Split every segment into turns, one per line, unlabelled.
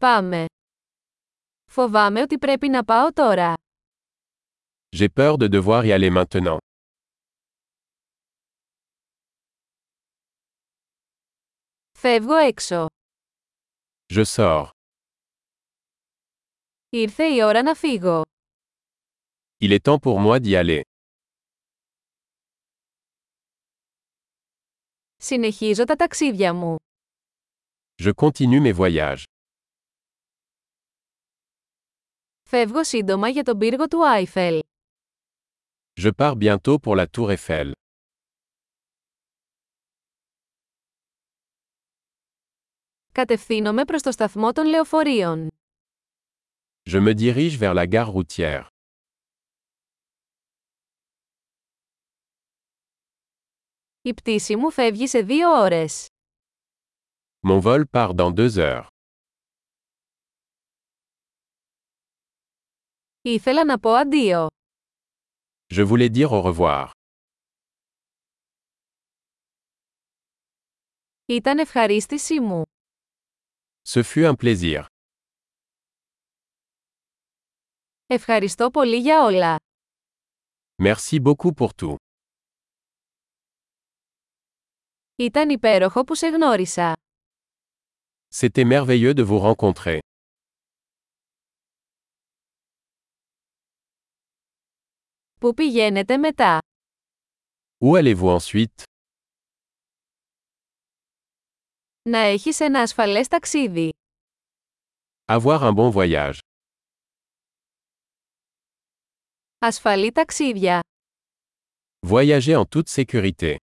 Πάμε. Φοβάμαι ότι πρέπει να πάω τώρα.
J'ai peur de devoir y aller maintenant.
Φεύγω έξω.
Je sors.
Ήρθε η ώρα να φύγω.
Il est temps pour moi d'y aller.
Συνεχίζω τα ταξίδια μου.
Je continue mes voyages.
Φεύγω σύντομα για τον πύργο του Άιφελ.
Je pars bientôt pour la Tour Eiffel.
Κατευθύνομαι προς το σταθμό των λεωφορείων.
Je me dirige vers la gare routière.
Η πτήση μου φεύγει σε δύο ώρες.
Mon vol part dans deux heures.
Ήθελα να πω αντίο.
Je voulais dire au revoir.
Ήταν ευχαρίστησή μου.
Ce fut un plaisir.
Ευχαριστώ πολύ για όλα.
Merci beaucoup pour tout.
Ήταν υπέροχο που σε γνώρισα.
C'était merveilleux de vous rencontrer.
Πού πηγαίνετε μετά.
Où allez-vous ensuite
Να έχεις ένα ασφαλές ταξίδι.
Avoir un bon voyage.
Ασφαλή ταξίδια.
Voyager en toute sécurité.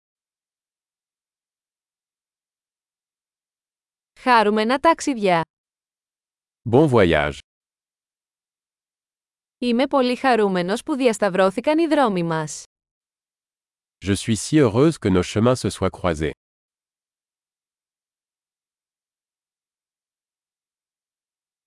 Χάρουμενα ταξίδια.
Bon voyage.
Είμαι πολύ χαρούμενος που διασταυρώθηκαν οι δρόμοι μας.
Je suis si heureuse que nos chemins se soient croisés.